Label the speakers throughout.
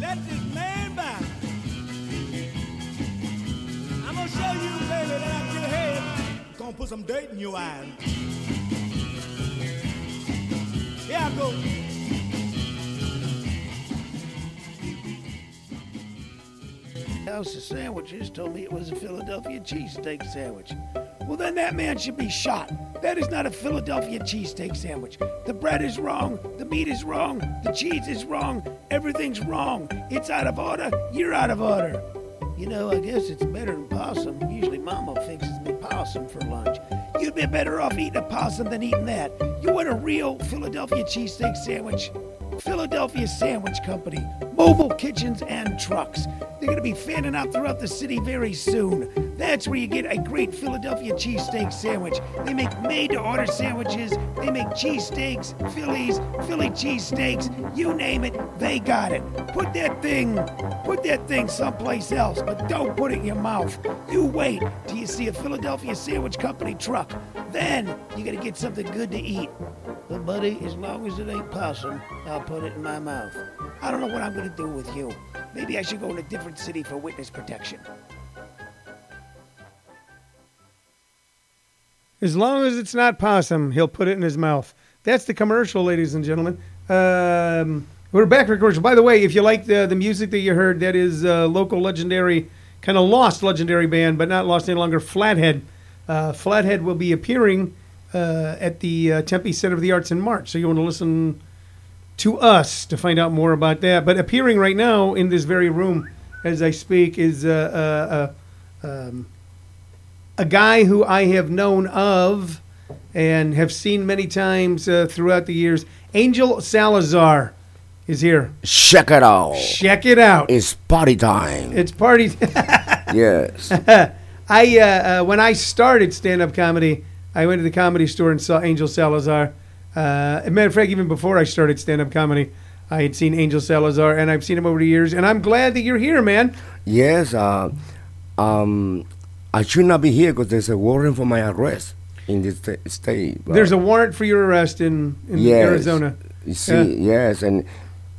Speaker 1: Let this man by. I'm gonna show you, baby, that I get ahead. Gonna put some dirt in your eyes. Here I go.
Speaker 2: House of Sandwiches told me it was a Philadelphia cheesesteak sandwich. Well, then that man should be shot. That is not a Philadelphia cheesesteak sandwich. The bread is wrong, the meat is wrong, the cheese is wrong, everything's wrong. It's out of order, you're out of order. You know, I guess it's better than possum. Usually, Mama fixes me possum for lunch. You'd be better off eating a possum than eating that. You want a real Philadelphia cheesesteak sandwich? Philadelphia Sandwich Company, mobile kitchens and trucks. They're going to be fanning out throughout the city very soon. That's where you get a great Philadelphia cheesesteak sandwich. They make made to order sandwiches, they make cheesesteaks, Phillies, Philly cheesesteaks, you name it, they got it. Put that thing, put that thing someplace else, but don't put it in your mouth. You wait till you see a Philadelphia Sandwich Company truck. Then you got to get something good to eat. But buddy, as long as it ain't possum, I'll put it in my mouth. I don't know what I'm gonna do with you. Maybe I should go in a different city for witness protection.
Speaker 3: As long as it's not possum, he'll put it in his mouth. That's the commercial, ladies and gentlemen. Um, we're back for commercial. By the way, if you like the, the music that you heard, that is uh, local legendary, kind of lost legendary band, but not lost any longer, Flathead. Uh, Flathead will be appearing uh, at the uh, Tempe Center of the Arts in March. So you want to listen to us to find out more about that. But appearing right now in this very room as I speak is uh, uh, uh, um, a guy who I have known of and have seen many times uh, throughout the years. Angel Salazar is here.
Speaker 4: Check it out.
Speaker 3: Check it out.
Speaker 4: It's party time.
Speaker 3: It's party.
Speaker 4: yes.
Speaker 3: I uh, uh, when I started stand up comedy, I went to the comedy store and saw Angel Salazar. Uh, as a matter of fact, even before I started stand up comedy, I had seen Angel Salazar, and I've seen him over the years. And I'm glad that you're here, man.
Speaker 4: Yes. Uh, um, I should not be here because there's a warrant for my arrest in this sta- state. but-
Speaker 3: There's a warrant for your arrest in, in
Speaker 4: Yes.
Speaker 3: Arizona.
Speaker 4: You see, yes, and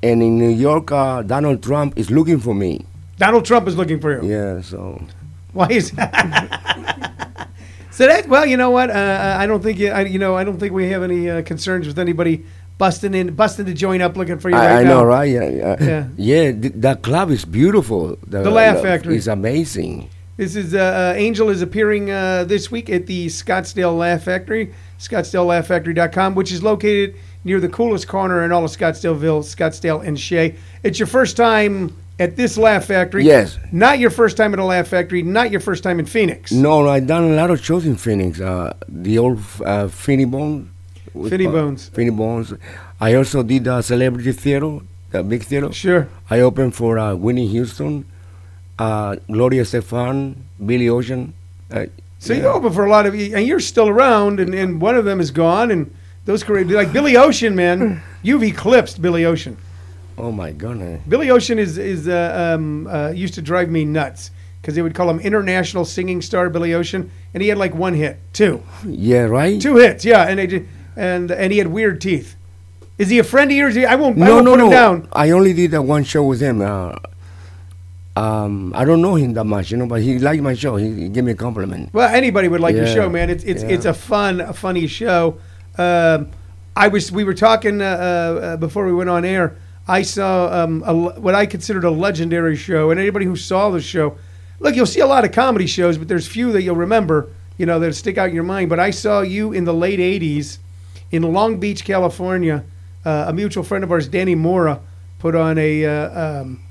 Speaker 4: and in New York, uh, Donald Trump is looking for me.
Speaker 3: Donald Trump is looking for you.
Speaker 4: Yeah. So.
Speaker 3: Why is so that? Well, you know what? Uh, I don't think you, I, you know. I don't think we have any uh, concerns with anybody busting in, busting to join up looking for you.
Speaker 4: I,
Speaker 3: right
Speaker 4: I
Speaker 3: now.
Speaker 4: know, right? Yeah, yeah.
Speaker 3: Yeah.
Speaker 4: yeah th- that club is beautiful. The,
Speaker 3: Laugh Factory.
Speaker 4: is amazing.
Speaker 3: This is uh, uh, Angel is appearing uh, this week at the Scottsdale Laugh Factory, scottsdalelaughfactory.com, which is located near the coolest corner in all of Scottsdaleville, Scottsdale and Shea. It's your first time at this Laugh Factory.
Speaker 4: Yes.
Speaker 3: Not your first time at a Laugh Factory, not your first time in Phoenix.
Speaker 4: No, I've done a lot of shows in Phoenix. Uh, the old uh, Finney Bones.
Speaker 3: Finney Bones.
Speaker 4: Finney Bones. I also did uh, Celebrity Theater, the big theater.
Speaker 3: Sure.
Speaker 4: I opened for uh, Winnie Houston, uh, Gloria Stefan, Billy Ocean. Uh,
Speaker 3: So you open for a lot of, and you're still around, and, and one of them is gone, and those career, like Billy Ocean, man, you've eclipsed Billy Ocean.
Speaker 4: Oh my goodness.
Speaker 3: Billy Ocean is is uh, um, uh, used to drive me nuts because they would call him international singing star Billy Ocean, and he had like one hit, two,
Speaker 4: Yeah, right?
Speaker 3: two hits, yeah, and they did, and and he had weird teeth. Is he a friend of yours? I won't, I
Speaker 4: No,
Speaker 3: won't
Speaker 4: no,
Speaker 3: put
Speaker 4: no.
Speaker 3: him down.
Speaker 4: I only did that one show with him. Uh, um, I don't know him that much, you know, but he liked my show. He, he gave me a compliment.
Speaker 3: Well, anybody would like your
Speaker 4: Yeah,
Speaker 3: show, man. It's it's
Speaker 4: yeah.
Speaker 3: it's a fun, a funny show. Um, I was we were talking uh, uh, uh, before we went on air. I saw um, a, le- what I considered a legendary show, and anybody who saw the show, look, you'll see a lot of comedy shows, but there's few that you'll remember, you know, that stick out in your mind. But I saw you in the late '80s in Long Beach, California. Uh, a mutual friend of ours, Danny Mora, put on a uh, um,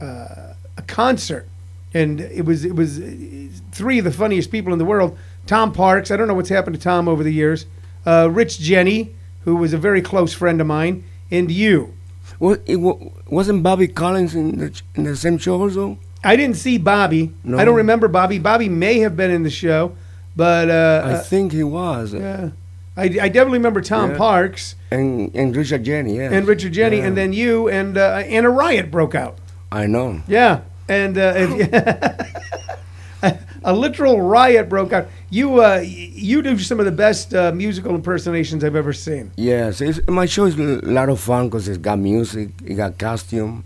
Speaker 3: uh, a concert, and it was it was uh, three of the funniest people in the world. Tom Parks, I don't know what's happened to Tom over the years. Uh, Rich Jenny, who was a very close friend of mine, and you.
Speaker 4: Well, it wa wasn't Bobby Collins in the, ch- in the same show also?
Speaker 3: I didn't see Bobby.
Speaker 4: No.
Speaker 3: I don't remember Bobby. Bobby may have been in the show, but
Speaker 4: I
Speaker 3: uh,
Speaker 4: think he was.
Speaker 3: uh, yeah. I, I definitely remember Tom
Speaker 4: Yeah.
Speaker 3: Parks
Speaker 4: And, and Richard Jenny, yeah.
Speaker 3: and Richard Jenny, and
Speaker 4: Yeah.
Speaker 3: then you, and uh, and a riot broke out.
Speaker 4: I know.
Speaker 3: Yeah, and uh, if, a literal riot broke out. You uh, y- you do some of the best uh, musical impersonations I've ever seen.
Speaker 4: Yes, it's, my show is a lot of fun because it's got music, it got costume.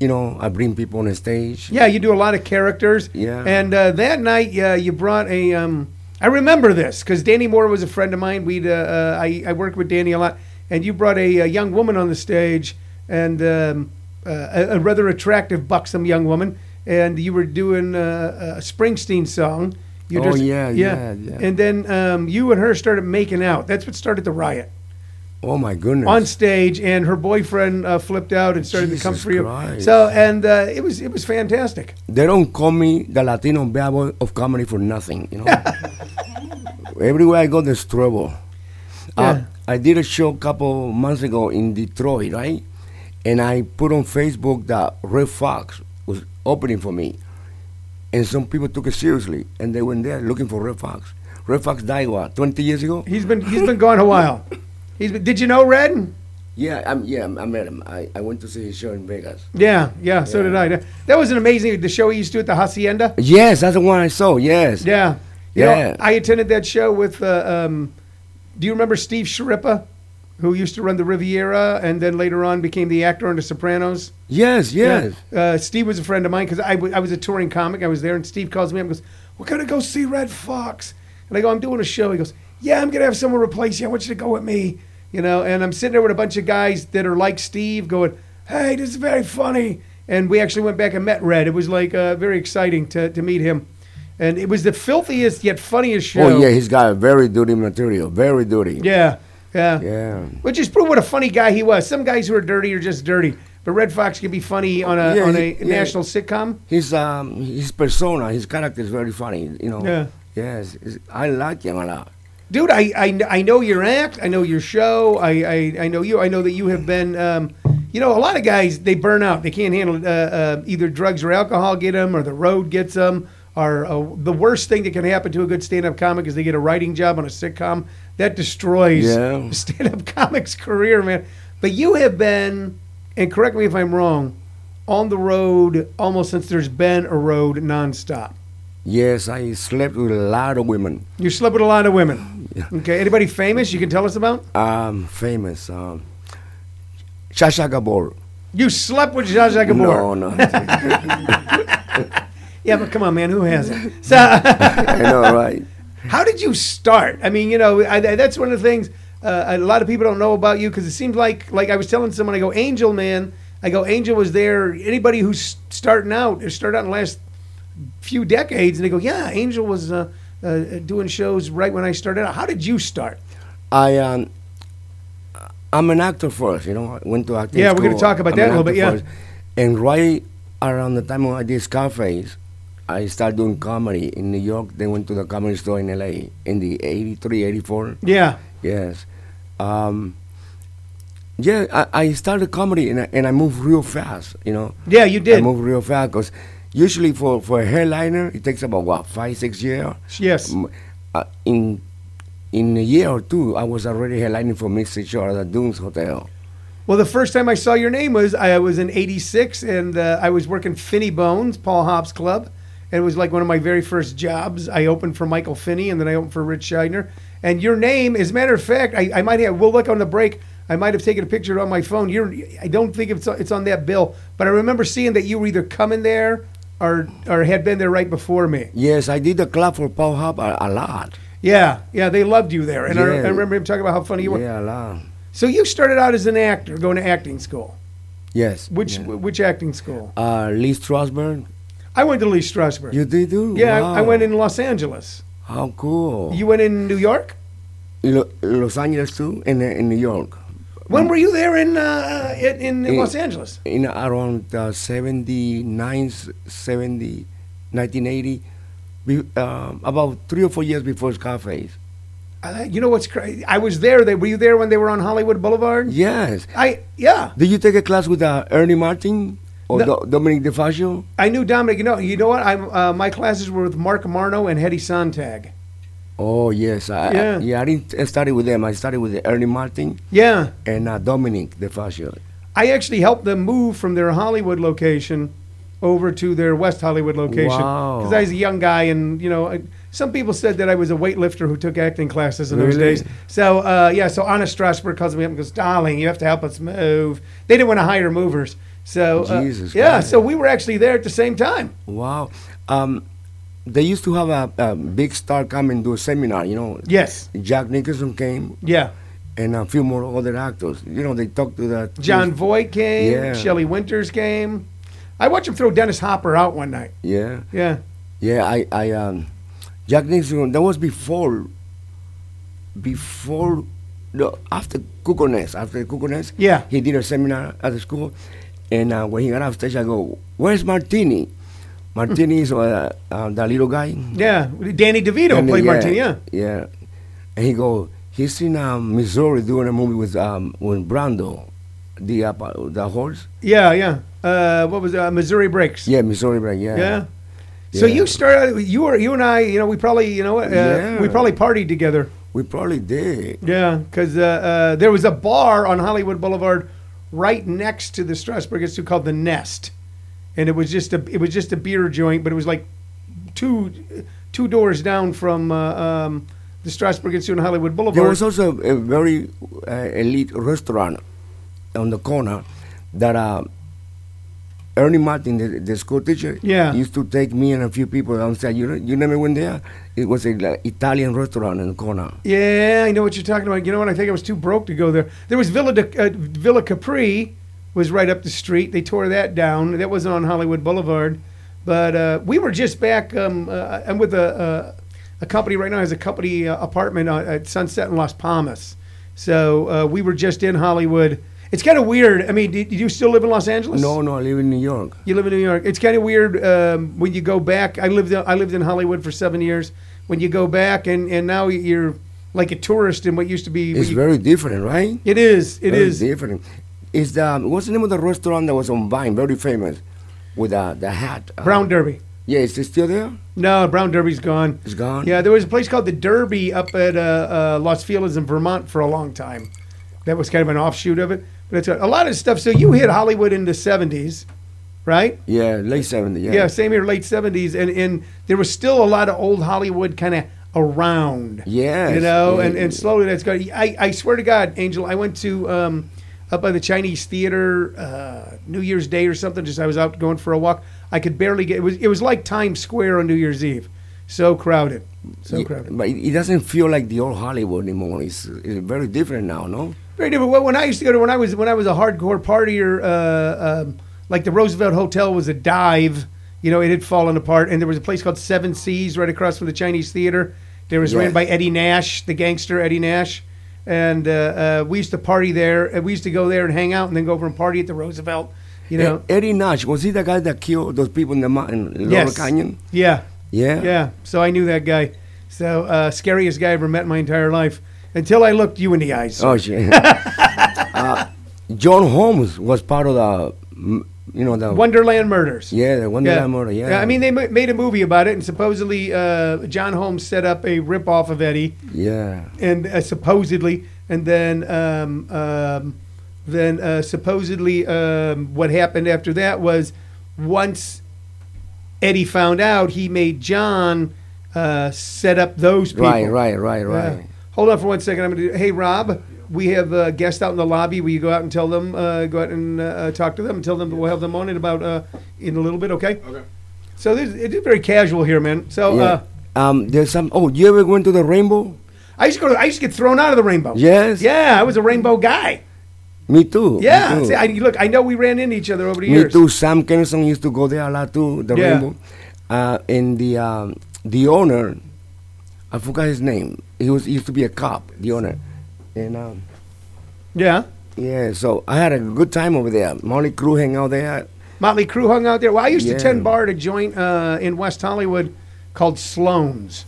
Speaker 4: You know, I bring people on stage.
Speaker 3: Yeah, you do a lot of characters.
Speaker 4: Yeah.
Speaker 3: And uh, that night, uh, you brought a. Um, I remember this because Danny Moore was a friend of mine. We'd uh, uh, I, I worked with Danny a lot, and you brought a, uh young woman on the stage, and um, uh, a, a rather attractive, buxom young woman, and you were doing uh, a Springsteen song. You
Speaker 4: Oh, yeah, yeah, yeah.
Speaker 3: And then um, you and her started making out. That's what started the riot
Speaker 4: Oh my goodness!
Speaker 3: on stage, and her boyfriend uh, flipped out and started to come
Speaker 4: Jesus
Speaker 3: for you.
Speaker 4: Christ.
Speaker 3: So, and uh, it was it was fantastic.
Speaker 4: they don't call me the Latino bad boy of comedy for nothing. You know, everywhere I go, there's trouble. Uh,
Speaker 3: Yeah.
Speaker 4: I, I did a show a couple months ago in Detroit, right? And I put on Facebook that Red Fox was opening for me, and some people took it seriously, and they went there looking for Red Fox. Red Fox died what 20 years ago?
Speaker 3: He's been he's been gone a while. He's been, did you know Red?
Speaker 4: Yeah, I'm, yeah, I met him. I, I went to see his show in Vegas.
Speaker 3: Yeah, yeah. So did I. That was an amazing the show he used to do at the hacienda.
Speaker 4: Yes, that's the one I saw. Yes.
Speaker 3: Yeah, You know,
Speaker 4: Yeah.
Speaker 3: I attended that show with. Uh, um, do you remember Steve Sharippa, who used to run the Riviera and then later on became the actor on The Sopranos?
Speaker 4: Yes. Yes.
Speaker 3: Yeah. Uh, Steve was a friend of mine because I w- I was a touring comic. I was there, and Steve calls me up and goes, We're going to go see Red Fox. And I go, I'm doing a show. He goes, Yeah, I'm going to have someone replace you. I want you to go with me. You know, and I'm sitting there with a bunch of guys that are like Steve going, Hey, this is very funny. And we actually went back and met Red. It was like uh, very exciting to, to meet him. And it was the filthiest yet funniest show.
Speaker 4: Oh yeah, he's got a very dirty material. Very dirty.
Speaker 3: Yeah. Yeah.
Speaker 4: Yeah.
Speaker 3: Which just proved what a funny guy he was. Some guys who are dirty are just dirty. But Red Fox can be funny on a
Speaker 4: Yeah,
Speaker 3: on
Speaker 4: he-
Speaker 3: a
Speaker 4: yeah.
Speaker 3: national sitcom.
Speaker 4: His um his persona, his character is very funny. You know.
Speaker 3: Yeah.
Speaker 4: Yes, it's- I like him a lot.
Speaker 3: dude I, I i know your act i know your show i i, I know you i know that you have been um, you know a lot of guys they burn out they can't handle uh, uh, either drugs or alcohol get them or the road gets them or uh, the worst thing that can happen to a good stand-up comic is they get a writing job on a sitcom that destroys
Speaker 4: Yeah.
Speaker 3: the stand-up comic's career man but you have been and correct me if i'm wrong on the road almost since there's been a road nonstop
Speaker 4: Yes, I slept with a lot of women.
Speaker 3: you slept with a lot of women okay anybody famous you can tell us about
Speaker 4: Um, famous. Um, Shasha Gabor.
Speaker 3: You slept with Zsa Zsa Gabor.
Speaker 4: No, no. I
Speaker 3: Yeah, but come on, man, who hasn't? So,
Speaker 4: know, right?
Speaker 3: how did you start? I mean, you know, I, I- that's one of the things uh, a lot of people don't know about you because it seems like, like I was telling someone, I go, Angel, man, I go, Angel was there. Anybody who's starting out, started out in the last few decades, and they go, yeah, Angel was uh, uh, doing shows right when I started out. How did you start?
Speaker 4: I um, I'm an actor first, you know. I went to acting.
Speaker 3: Yeah, we're gonna
Speaker 4: school.
Speaker 3: talk about
Speaker 4: I'm
Speaker 3: that
Speaker 4: an
Speaker 3: a little
Speaker 4: actor
Speaker 3: bit, yeah.
Speaker 4: And right around the time when I did Scarface, I started doing comedy in New York. Then went to the comedy store in L.A. in the '83, '84.
Speaker 3: Yeah.
Speaker 4: Yes. Um, yeah, I, I started comedy and I, and I moved real fast, you know.
Speaker 3: Yeah, you
Speaker 4: I
Speaker 3: did.
Speaker 4: moved real fast because usually for, for a hairliner, it takes about, what, five, six years?
Speaker 3: Yes.
Speaker 4: M- Uh, in in a year or two, I was already headlining for Mr. Shaw at the Dunes Hotel.
Speaker 3: Well, the first time I saw your name was I was in '86, and uh, I was working Finney Bones, Paul Hobbs Club, and it was like one of my very first jobs. I opened for Michael Finney, and then I opened for Rich Scheidner. And your name, as a matter of fact, I, I might have. We'll look on the break. I might have taken a picture on my phone. You're, I don't think it's it's on that bill, but I remember seeing that you were either coming there or or had been there right before me.
Speaker 4: Yes, I did the club for Paul Hub a, a lot.
Speaker 3: Yeah, yeah, they loved you there, and I,
Speaker 4: Yeah.
Speaker 3: I remember him talking about how funny you were.
Speaker 4: Yeah, a lot.
Speaker 3: So you started out as an actor, going to acting school.
Speaker 4: Yes.
Speaker 3: Which
Speaker 4: yeah.
Speaker 3: which acting school?
Speaker 4: Uh, Lee Strasberg.
Speaker 3: I went to Lee Strasberg.
Speaker 4: You did too?
Speaker 3: yeah,
Speaker 4: Wow. Oh.
Speaker 3: I, I went in Los Angeles.
Speaker 4: How cool.
Speaker 3: You went in New York.
Speaker 4: Lo- Los Angeles too, and in, in New York.
Speaker 3: When were you there in uh, in, in
Speaker 4: Mm.
Speaker 3: Los Angeles?
Speaker 4: in around uh, 79, 70, 1980, be, um, about three or four years before Scarface.
Speaker 3: Uh, you know what's crazy? I was there. They were you there when they were on Hollywood Boulevard?
Speaker 4: Yes.
Speaker 3: I yeah.
Speaker 4: Did you take a class with uh, Ernie Martin or
Speaker 3: No.
Speaker 4: Do- Dominic DeFascio?
Speaker 3: I knew Dominic. You know. You know what? I'm uh, my classes were with Mark Marno and Hetty Sontag.
Speaker 4: Oh, yes. I,
Speaker 3: Yeah.
Speaker 4: yeah. I, yeah, I didn't I started with them. I started with Ernie Martin
Speaker 3: Yeah,
Speaker 4: and uh, Dominic DeFascio.
Speaker 3: I actually helped them move from their Hollywood location over to their West Hollywood location
Speaker 4: Wow.
Speaker 3: because I was a young guy, and you know, I, some people said that I was a weightlifter who took acting classes in those
Speaker 4: Really?
Speaker 3: days. So uh, yeah, so Anna Strasberg calls me up and goes, "Darling, you have to help us move." They didn't want to hire movers, so uh,
Speaker 4: Jesus
Speaker 3: yeah,
Speaker 4: Christ.
Speaker 3: so we were actually there at the same time.
Speaker 4: Wow. Um, they used to have a, a big star come and do a seminar, you know.
Speaker 3: Yes,
Speaker 4: Jack Nicholson came
Speaker 3: yeah.
Speaker 4: and a few more other actors. You know, they talked to the
Speaker 3: John Voight came,
Speaker 4: Yeah.
Speaker 3: Shelley Winters came. I watched him throw Dennis Hopper out one night.
Speaker 4: Yeah.
Speaker 3: Yeah,
Speaker 4: Yeah, I, I um, Jack Nicholson. That was before, before, no, after Kukonets. After Kukonets,
Speaker 3: Yeah.
Speaker 4: he did a seminar at the school, and uh, when he got off stage, I go, "Where's Martini?" Martini is uh, uh, the little guy.
Speaker 3: yeah. Danny DeVito
Speaker 4: And, uh,
Speaker 3: played Martini. Yeah,
Speaker 4: yeah. And he go, he's in um, Missouri doing a movie with um, with Brando, the uh, the horse.
Speaker 3: yeah, yeah. Uh, what was uh, Missouri Breaks?
Speaker 4: Yeah, Missouri, right? Yeah.
Speaker 3: Yeah. So
Speaker 4: Yeah.
Speaker 3: you started. You were you and I. You know, we probably you know uh,
Speaker 4: Yeah.
Speaker 3: we probably partied together.
Speaker 4: We probably did.
Speaker 3: Yeah, because uh, uh, there was a bar on Hollywood Boulevard right next to the Strasbourg Institute called the Nest, and it was just a it was just a beer joint, but it was like two two doors down from uh, um, the Strasbourg Institute on Hollywood
Speaker 4: There
Speaker 3: Boulevard.
Speaker 4: was also a very uh, elite restaurant on the corner that uh, Ernie Martin, the, the school teacher,
Speaker 3: Yeah.
Speaker 4: used to take me and a few people downstairs. You, you never went there? It was an Italian restaurant in the corner.
Speaker 3: yeah, I know what you're talking about. You know what? I think I was too broke to go there. There was Villa de, uh, Villa Capri was right up the street. They tore that down. That wasn't on Hollywood Boulevard, but uh, we were just back. Um, uh, I'm with a, uh, a company right now. Has a company uh, apartment on, at Sunset in Las Palmas. So uh, we were just in Hollywood. It's kind of weird. I mean, do, do you still live in Los Angeles?
Speaker 4: No, no, I live in New York.
Speaker 3: You live in New York. It's kind of weird um, when you go back. I lived I lived in Hollywood for seven years. When you go back and and now you're like a tourist in what used to be.
Speaker 4: It's
Speaker 3: you-
Speaker 4: very different, right?
Speaker 3: it is. It
Speaker 4: very
Speaker 3: is.
Speaker 4: different. Is the what's the name of the restaurant that was on Vine, very famous, with uh, the hat? uh,
Speaker 3: Brown Derby.
Speaker 4: Yeah, is it still there?
Speaker 3: No, Brown Derby's gone.
Speaker 4: It's gone.
Speaker 3: Yeah, there was a place called the Derby up at uh, uh, Los Feliz in Vermont for a long time. That was kind of an offshoot of it. But it's a, a lot of stuff. So you hit Hollywood in the '70s, right?
Speaker 4: Yeah, late seventy. Yeah.
Speaker 3: Yeah, same here, late '70s, and and there was still a lot of old Hollywood kind of around.
Speaker 4: Yes.
Speaker 3: you know,
Speaker 4: Yeah,
Speaker 3: and, and
Speaker 4: yeah.
Speaker 3: slowly that's going. I I swear to God, Angel, I went to um, up by the Chinese Theater uh, New Year's Day or something. Just I was out going for a walk. I could barely get. It was it was like Times Square on New Year's Eve. So crowded, so
Speaker 4: Yeah,
Speaker 3: crowded.
Speaker 4: But it, it doesn't feel like the old Hollywood anymore. It's, it's very different now, no?
Speaker 3: Very different. Well, when I used to go to when I was when I was a hardcore partier, uh, um, like the Roosevelt Hotel was a dive. You know, it had fallen apart, and there was a place called Seven Seas right across from the Chinese Theater. There was ran
Speaker 4: Yeah.
Speaker 3: by Eddie Nash, the gangster Eddie Nash, and uh, uh, we used to party there. and We used to go there and hang out, and then go over and party at the Roosevelt. You know,
Speaker 4: E- Eddie Nash was he the guy that killed those people in the mountain, Laurel
Speaker 3: Yes.
Speaker 4: Canyon?
Speaker 3: yeah.
Speaker 4: Yeah.
Speaker 3: Yeah, so I knew that guy. So uh, scariest guy I ever met in my entire life until I looked you in the eyes.
Speaker 4: Oh shit. uh, John Holmes was part of the, mm, you know the.
Speaker 3: Wonderland Murders.
Speaker 4: yeah, the Wonderland Murder. Yeah.
Speaker 3: I mean, they ma- made a movie about it, and supposedly uh, John Holmes set up a ripoff of Eddie,
Speaker 4: Yeah.
Speaker 3: and uh, supposedly, and then um, um, then uh, supposedly um, what happened after that was once Eddie found out, he made John uh, set up those people.
Speaker 4: Right. Right. Right.
Speaker 3: Yeah.
Speaker 4: Right.
Speaker 3: Hold on for one second. I'm going to do. Hey, Rob, we have a guest out in the lobby. Will you go out and tell them? Uh, go out and uh, uh, talk to them and tell them that we'll have them on in about uh, in a little bit. Okay. Okay. So this it's very casual here, man. So uh,
Speaker 4: Yeah. um, there's some. Oh, you ever went to the Rainbow?
Speaker 3: I used to go. To, I used to get thrown out of the rainbow.
Speaker 4: Yes.
Speaker 3: Yeah, I was a rainbow guy.
Speaker 4: Me too.
Speaker 3: Yeah.
Speaker 4: Me too.
Speaker 3: See, I, look, I know we ran into each other over the
Speaker 4: Me
Speaker 3: years.
Speaker 4: too. Sam Kennison used to go there a lot too. The
Speaker 3: Yeah.
Speaker 4: Rainbow. Uh, and the um, the owner, I forgot his name. He was he used to be a cop. The owner, and um,
Speaker 3: Yeah.
Speaker 4: yeah. So I had a good time over there. Molly Crew hang out there.
Speaker 3: Motley Crue hung out there. Well, I used
Speaker 4: Yeah.
Speaker 3: to tend bar at a joint uh, in West Hollywood called Sloan's,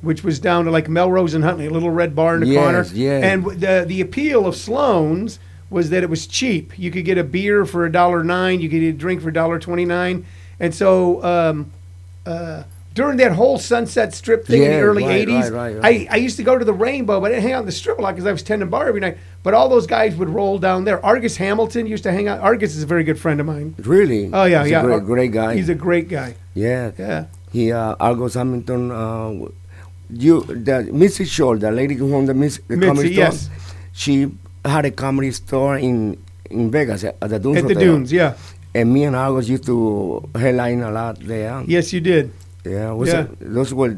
Speaker 3: which was down to like Melrose and Huntley, a little red bar in the
Speaker 4: Yes,
Speaker 3: corner.
Speaker 4: yes.
Speaker 3: And w- the the appeal of Sloan's was that it was cheap. You could get a beer for a dollar nine. You could get a drink for a dollar twenty nine. And so um, uh, during that whole Sunset Strip thing in the
Speaker 4: Yeah,
Speaker 3: early
Speaker 4: right,
Speaker 3: 80s,
Speaker 4: right, right, right.
Speaker 3: I, I used to go to the Rainbow, but I didn't hang out in the strip a lot because I was tending bar every night. But all those guys would roll down there. Argus Hamilton used to hang out. Argus is a very good friend of mine.
Speaker 4: Really?
Speaker 3: Oh, yeah,
Speaker 4: He's
Speaker 3: yeah.
Speaker 4: A great, great guy.
Speaker 3: He's a great guy.
Speaker 4: yeah.
Speaker 3: Yeah.
Speaker 4: He uh, Argos Hamilton. Uh, w- you the Missy Shaw, the lady who owned the, Miss, the
Speaker 3: Mitzi,
Speaker 4: comedy store.
Speaker 3: yes.
Speaker 4: She had a comedy store in in Vegas at the Dunes.
Speaker 3: At the
Speaker 4: Hotel.
Speaker 3: Dunes, yeah.
Speaker 4: And me and Argos used to headline a lot there.
Speaker 3: Yes, you did.
Speaker 4: Yeah. Was
Speaker 3: Yeah.
Speaker 4: It, those were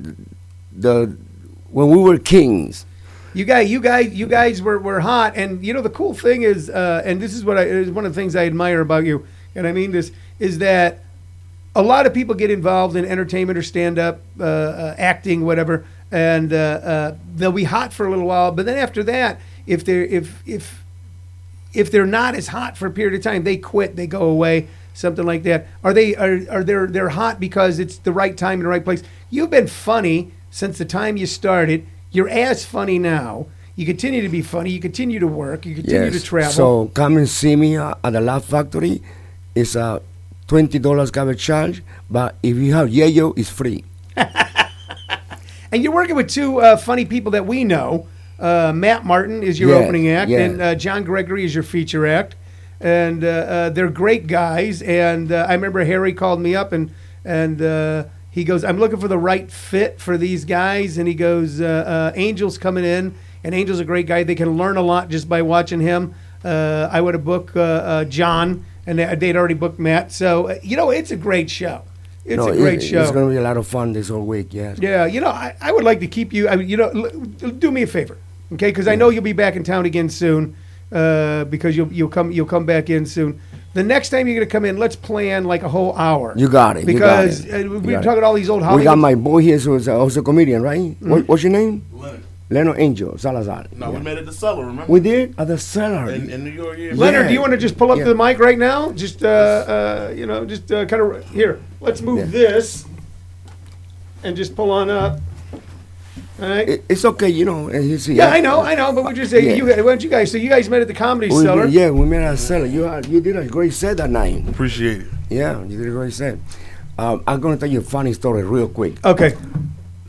Speaker 4: the when we were kings.
Speaker 3: You guys, you guys, you guys were, were hot, and you know the cool thing is, uh, and this is what I is one of the things I admire about you, and I mean this is that a lot of people get involved in entertainment or stand up, uh, uh, acting, whatever, and uh, uh, they'll be hot for a little while, but then after that, if they're if if if they're not as hot for a period of time, they quit, they go away, something like that. Are they are are they they're hot because it's the right time and the right place? You've been funny since the time you started. You're as funny now. You continue to be funny. You continue to work. You continue to travel.
Speaker 4: So come and see me uh, at the Laugh Factory. It's a twenty dollars cover charge, but if you have yayo, it's free.
Speaker 3: and you're working with two uh, funny people that we know. Uh, Matt Martin is your
Speaker 4: Yes,
Speaker 3: opening act,
Speaker 4: yes.
Speaker 3: and uh, John Gregory is your feature act, and uh, uh, they're great guys. And uh, I remember Harry called me up and and uh, he goes, "I'm looking for the right fit for these guys," and he goes, uh, uh, "Angel's coming in, and Angel's a great guy. They can learn a lot just by watching him." Uh, I would have booked uh, uh, John, and they- they'd already booked Matt. So uh, you know, it's a great show. It's
Speaker 4: No,
Speaker 3: a
Speaker 4: it-
Speaker 3: great show.
Speaker 4: It's gonna be a lot of fun this whole week. Yes.
Speaker 3: Yeah, you know, I, I would like to keep you. I, mean, you know, l- do me a favor, okay? Because I know you'll be back in town again soon. Uh, because you'll you'll come you'll come back in soon. The next time you're gonna come in, let's plan like a whole hour.
Speaker 4: You got it. you got
Speaker 3: Because
Speaker 4: it.
Speaker 3: uh,
Speaker 4: You
Speaker 3: we're
Speaker 4: got it.
Speaker 3: talking all these old
Speaker 4: We got
Speaker 3: Hollywood. Mm-hmm.
Speaker 4: my boy here, who's also a comedian, right? What, what's your name?
Speaker 5: Leonard.
Speaker 4: Leno Angel Salazar.
Speaker 5: No,
Speaker 4: Yeah.
Speaker 5: we met at the cellar, remember?
Speaker 4: We did at the cellar.
Speaker 5: in, in New York, yeah.
Speaker 3: Leonard,
Speaker 4: Yeah.
Speaker 3: do you want to just pull up
Speaker 4: Yeah.
Speaker 3: to the mic right now? Just uh, uh, you know, just uh, kind of here. Let's move
Speaker 4: Yeah.
Speaker 3: this and just pull on up. All right.
Speaker 4: It- it's okay, you know. and he's here.
Speaker 3: yeah, I know, I know, but we just say
Speaker 4: Yeah.
Speaker 3: you. Why don't you guys? So you guys met at the comedy
Speaker 4: We,
Speaker 3: cellar.
Speaker 4: yeah, we met at the cellar. You had- you did a great set that night.
Speaker 5: Appreciate it.
Speaker 4: Yeah, you did a great set. Um, I'm gonna tell you a funny story real quick.
Speaker 3: Okay.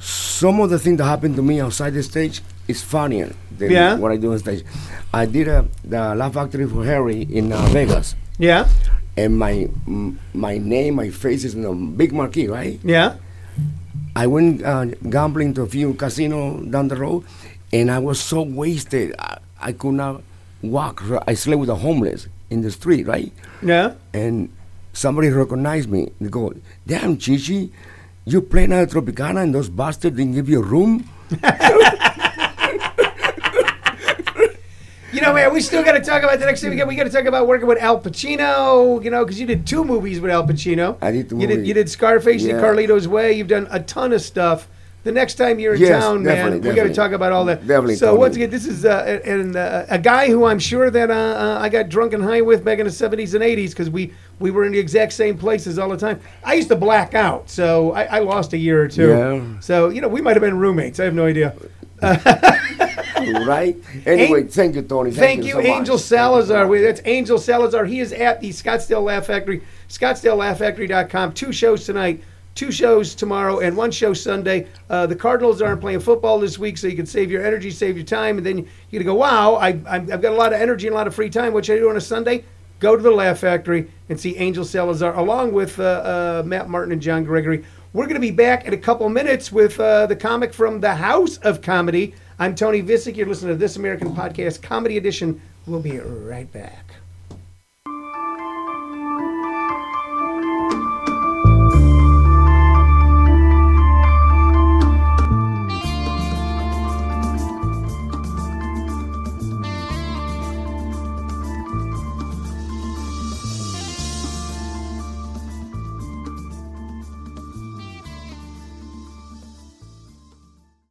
Speaker 4: some of the things that happened to me outside the stage is funnier than
Speaker 3: Yeah.
Speaker 4: what I do on stage. I did a, the Laugh Factory for Harry in uh, Vegas,
Speaker 3: Yeah.
Speaker 4: and my m- my name, my face is in a big marquee, right?
Speaker 3: Yeah.
Speaker 4: I went uh, gambling to a few casino down the road, and I was so wasted, I, I could not walk. So I slept with the homeless in the street, right?
Speaker 3: Yeah.
Speaker 4: and somebody recognized me. They go, damn, Chichi, you playing at Tropicana and those bastards didn't give you a room?
Speaker 3: You know, man, we still got to talk about the next thing we got. We got to talk about working with Al Pacino. You know, because you did two movies with Al Pacino.
Speaker 4: I did two
Speaker 3: you did
Speaker 4: movies.
Speaker 3: you did Scarface, you did
Speaker 4: Yeah.
Speaker 3: Carlito's Way. You've done a ton of stuff. The next time you're in
Speaker 4: Yes,
Speaker 3: town, man,
Speaker 4: definitely,
Speaker 3: we got to
Speaker 4: definitely.
Speaker 3: talk about all that.
Speaker 4: Definitely,
Speaker 3: So
Speaker 4: Tony.
Speaker 3: once again, this is uh, and uh, a guy who I'm sure that uh, uh, I got drunk and high with back in the '70s and '80s because we we were in the exact same places all the time. I used to black out, so I, I lost a year or two.
Speaker 4: Yeah.
Speaker 3: So you know, we might have been roommates. I have no idea.
Speaker 4: right? Anyway, thank you, Tony.
Speaker 3: Thank,
Speaker 4: Thank,
Speaker 3: you,
Speaker 4: so much.
Speaker 3: Angel Salazar. We- That's Angel Salazar. He is at the Scottsdale Laugh Factory, scottsdalelaughfactory.com. Two shows tonight, two shows tomorrow, and one show Sunday. Uh, the Cardinals aren't playing football this week, so you can save your energy, save your time, and then you're going to go, wow, I, I'm, I've got a lot of energy and a lot of free time. What should I do on a Sunday? Go to the Laugh Factory and see Angel Salazar along with uh, uh, Matt Martin and John Gregory. We're going to be back in a couple minutes with uh, the comic from the House of Comedy. I'm Tony Visick. You're listening to This American Podcast Comedy Edition. We'll be right back.